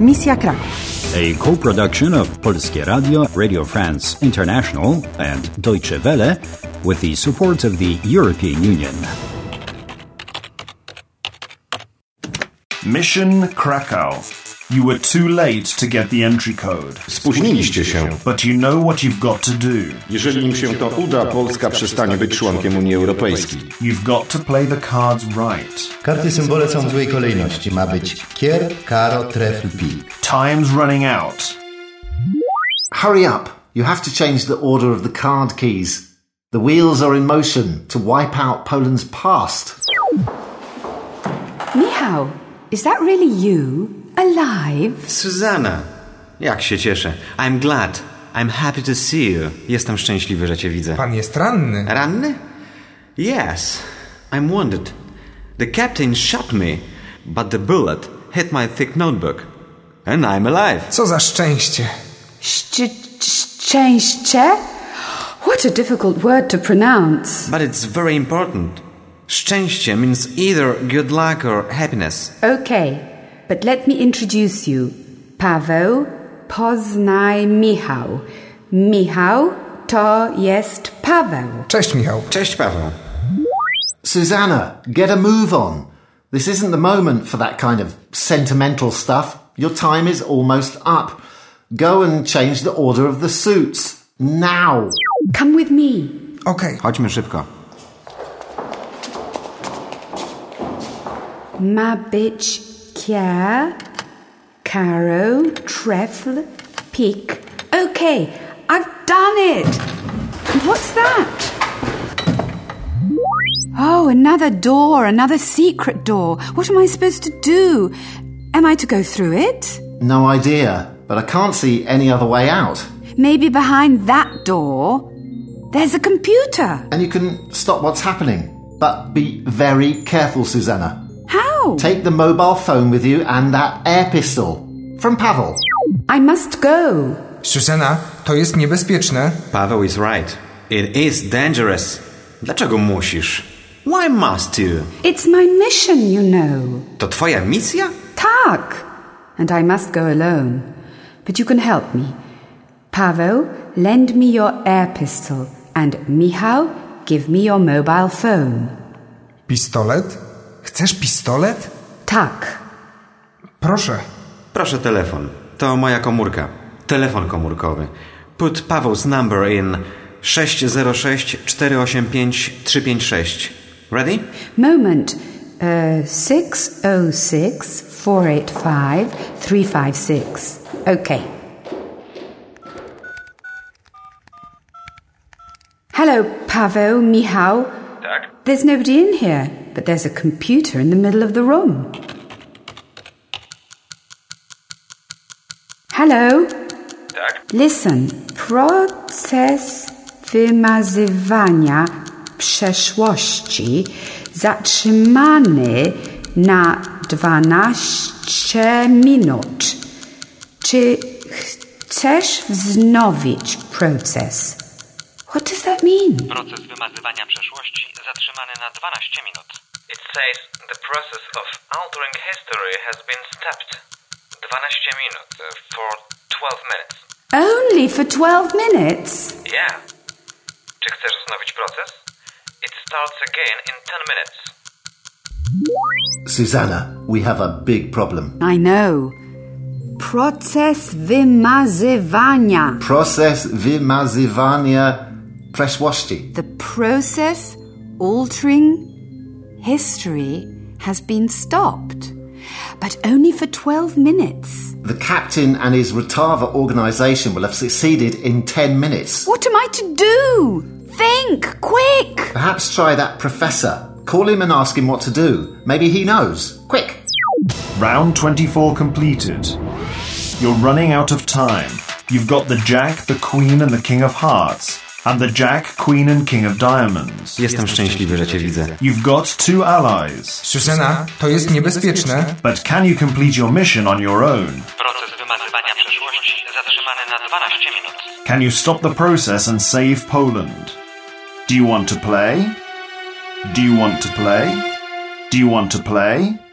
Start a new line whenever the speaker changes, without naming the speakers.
Misja Kraków.
A co-production of Polskie Radio, Radio France International and Deutsche Welle with the support of the European Union.
Mission Krakow. You were too late to get the entry code.
Spóźniliście się.
But you know what you've got to do.
Jeżeli im się to uda, Polska przestanie być członkiem Unii Europejskiej.
You've got to play the cards right.
Karty symbole są w złej kolejności. Ma być kier, karo, trefl, pik.
Time's running out.
Hurry up! You have to change the order of the card keys. The wheels are in motion to wipe out Poland's past.
Michał, is that really you? Alive?
Susanna! Jak się cieszę. I'm glad. I'm happy to see you. Jestem szczęśliwy, że cię widzę.
Pan jest ranny.
Ranny? Yes. I'm wounded. The captain shot me, but the bullet hit my thick notebook. And I'm alive.
Co za szczęście.
Szcz- szczęście? What a difficult word to pronounce.
But it's very important. Szczęście means either good luck or happiness.
Okay, but let me introduce you. Paweł, poznaj Michał. Michał to jest Paweł.
Cześć, Michał.
Cześć, Paweł.
Susanna, get a move on. This isn't the moment for that kind of sentimental stuff. Your time is almost up. Go and change the order of the suits. Now!
Come with me.
Okej.
Chodźmy szybko.
Ma być kier, karo, trefl, pik. Okay, I've done it. What's that? Oh, another door, another secret door. What am I supposed to do? Am I to go through it?
No idea, but I can't see any other way out.
Maybe behind that door, there's a computer.
And you can stop what's happening. But be very careful, Susanna.
How?
Take the mobile phone with you and that air pistol. From Pavel.
I must go.
Susana, to jest niebezpieczne.
Paweł is right. It is dangerous. Dlaczego musisz? Why must you?
It's my mission, you know.
To twoja misja?
Tak! And I must go alone. But you can help me. Pavo, lend me your air pistol, and Michał, give me your mobile phone.
Pistolet? Chcesz pistolet?
Tak.
Proszę.
Proszę telefon. To moja komórka. Telefon komórkowy. Put Paweł's number in 606 485 356. Ready?
Moment. Uh, 606 485 356. Okay. Hello, Pavo, Michał. There's nobody in here, but there's a computer in the middle of the room. Hello? Listen. Proces wymazywania przeszłości zatrzymany na 12 minut. Czy chcesz wznowić proces? What does that mean?
Proces wymazywania przeszłości zatrzymany na 12 minut. It says the process of altering history has been stopped. 12 minut uh, for 12 minutes.
Only for 12 minutes?
Yeah. Czy chcesz wznowić proces? It starts again in 10 minutes.
Susanna, we have a big problem.
I know. Proces wymazywania.
Process wymazywania przeszłości.
The process altering history has been stopped, but only for 12 minutes.
The captain and his Retava organization will have succeeded in 10 minutes.
What am I to do? Think, quick!
Perhaps try that professor. Call him and ask him what to do. Maybe he knows. Quick!
Round 24 completed. You're running out of time. You've got the Jack, the Queen, and the King of Hearts, and the Jack, Queen, and King of Diamonds.
Jestem szczęśliwy, że cię widzę.
You've got two allies.
Susana, to jest niebezpieczne.
But can you complete your mission on your own?
Proces wymazywania przeszłości zatrzymany na 12 minut.
Can you stop the process and save Poland? Do you want to play? Do you want to play? Do you want to play?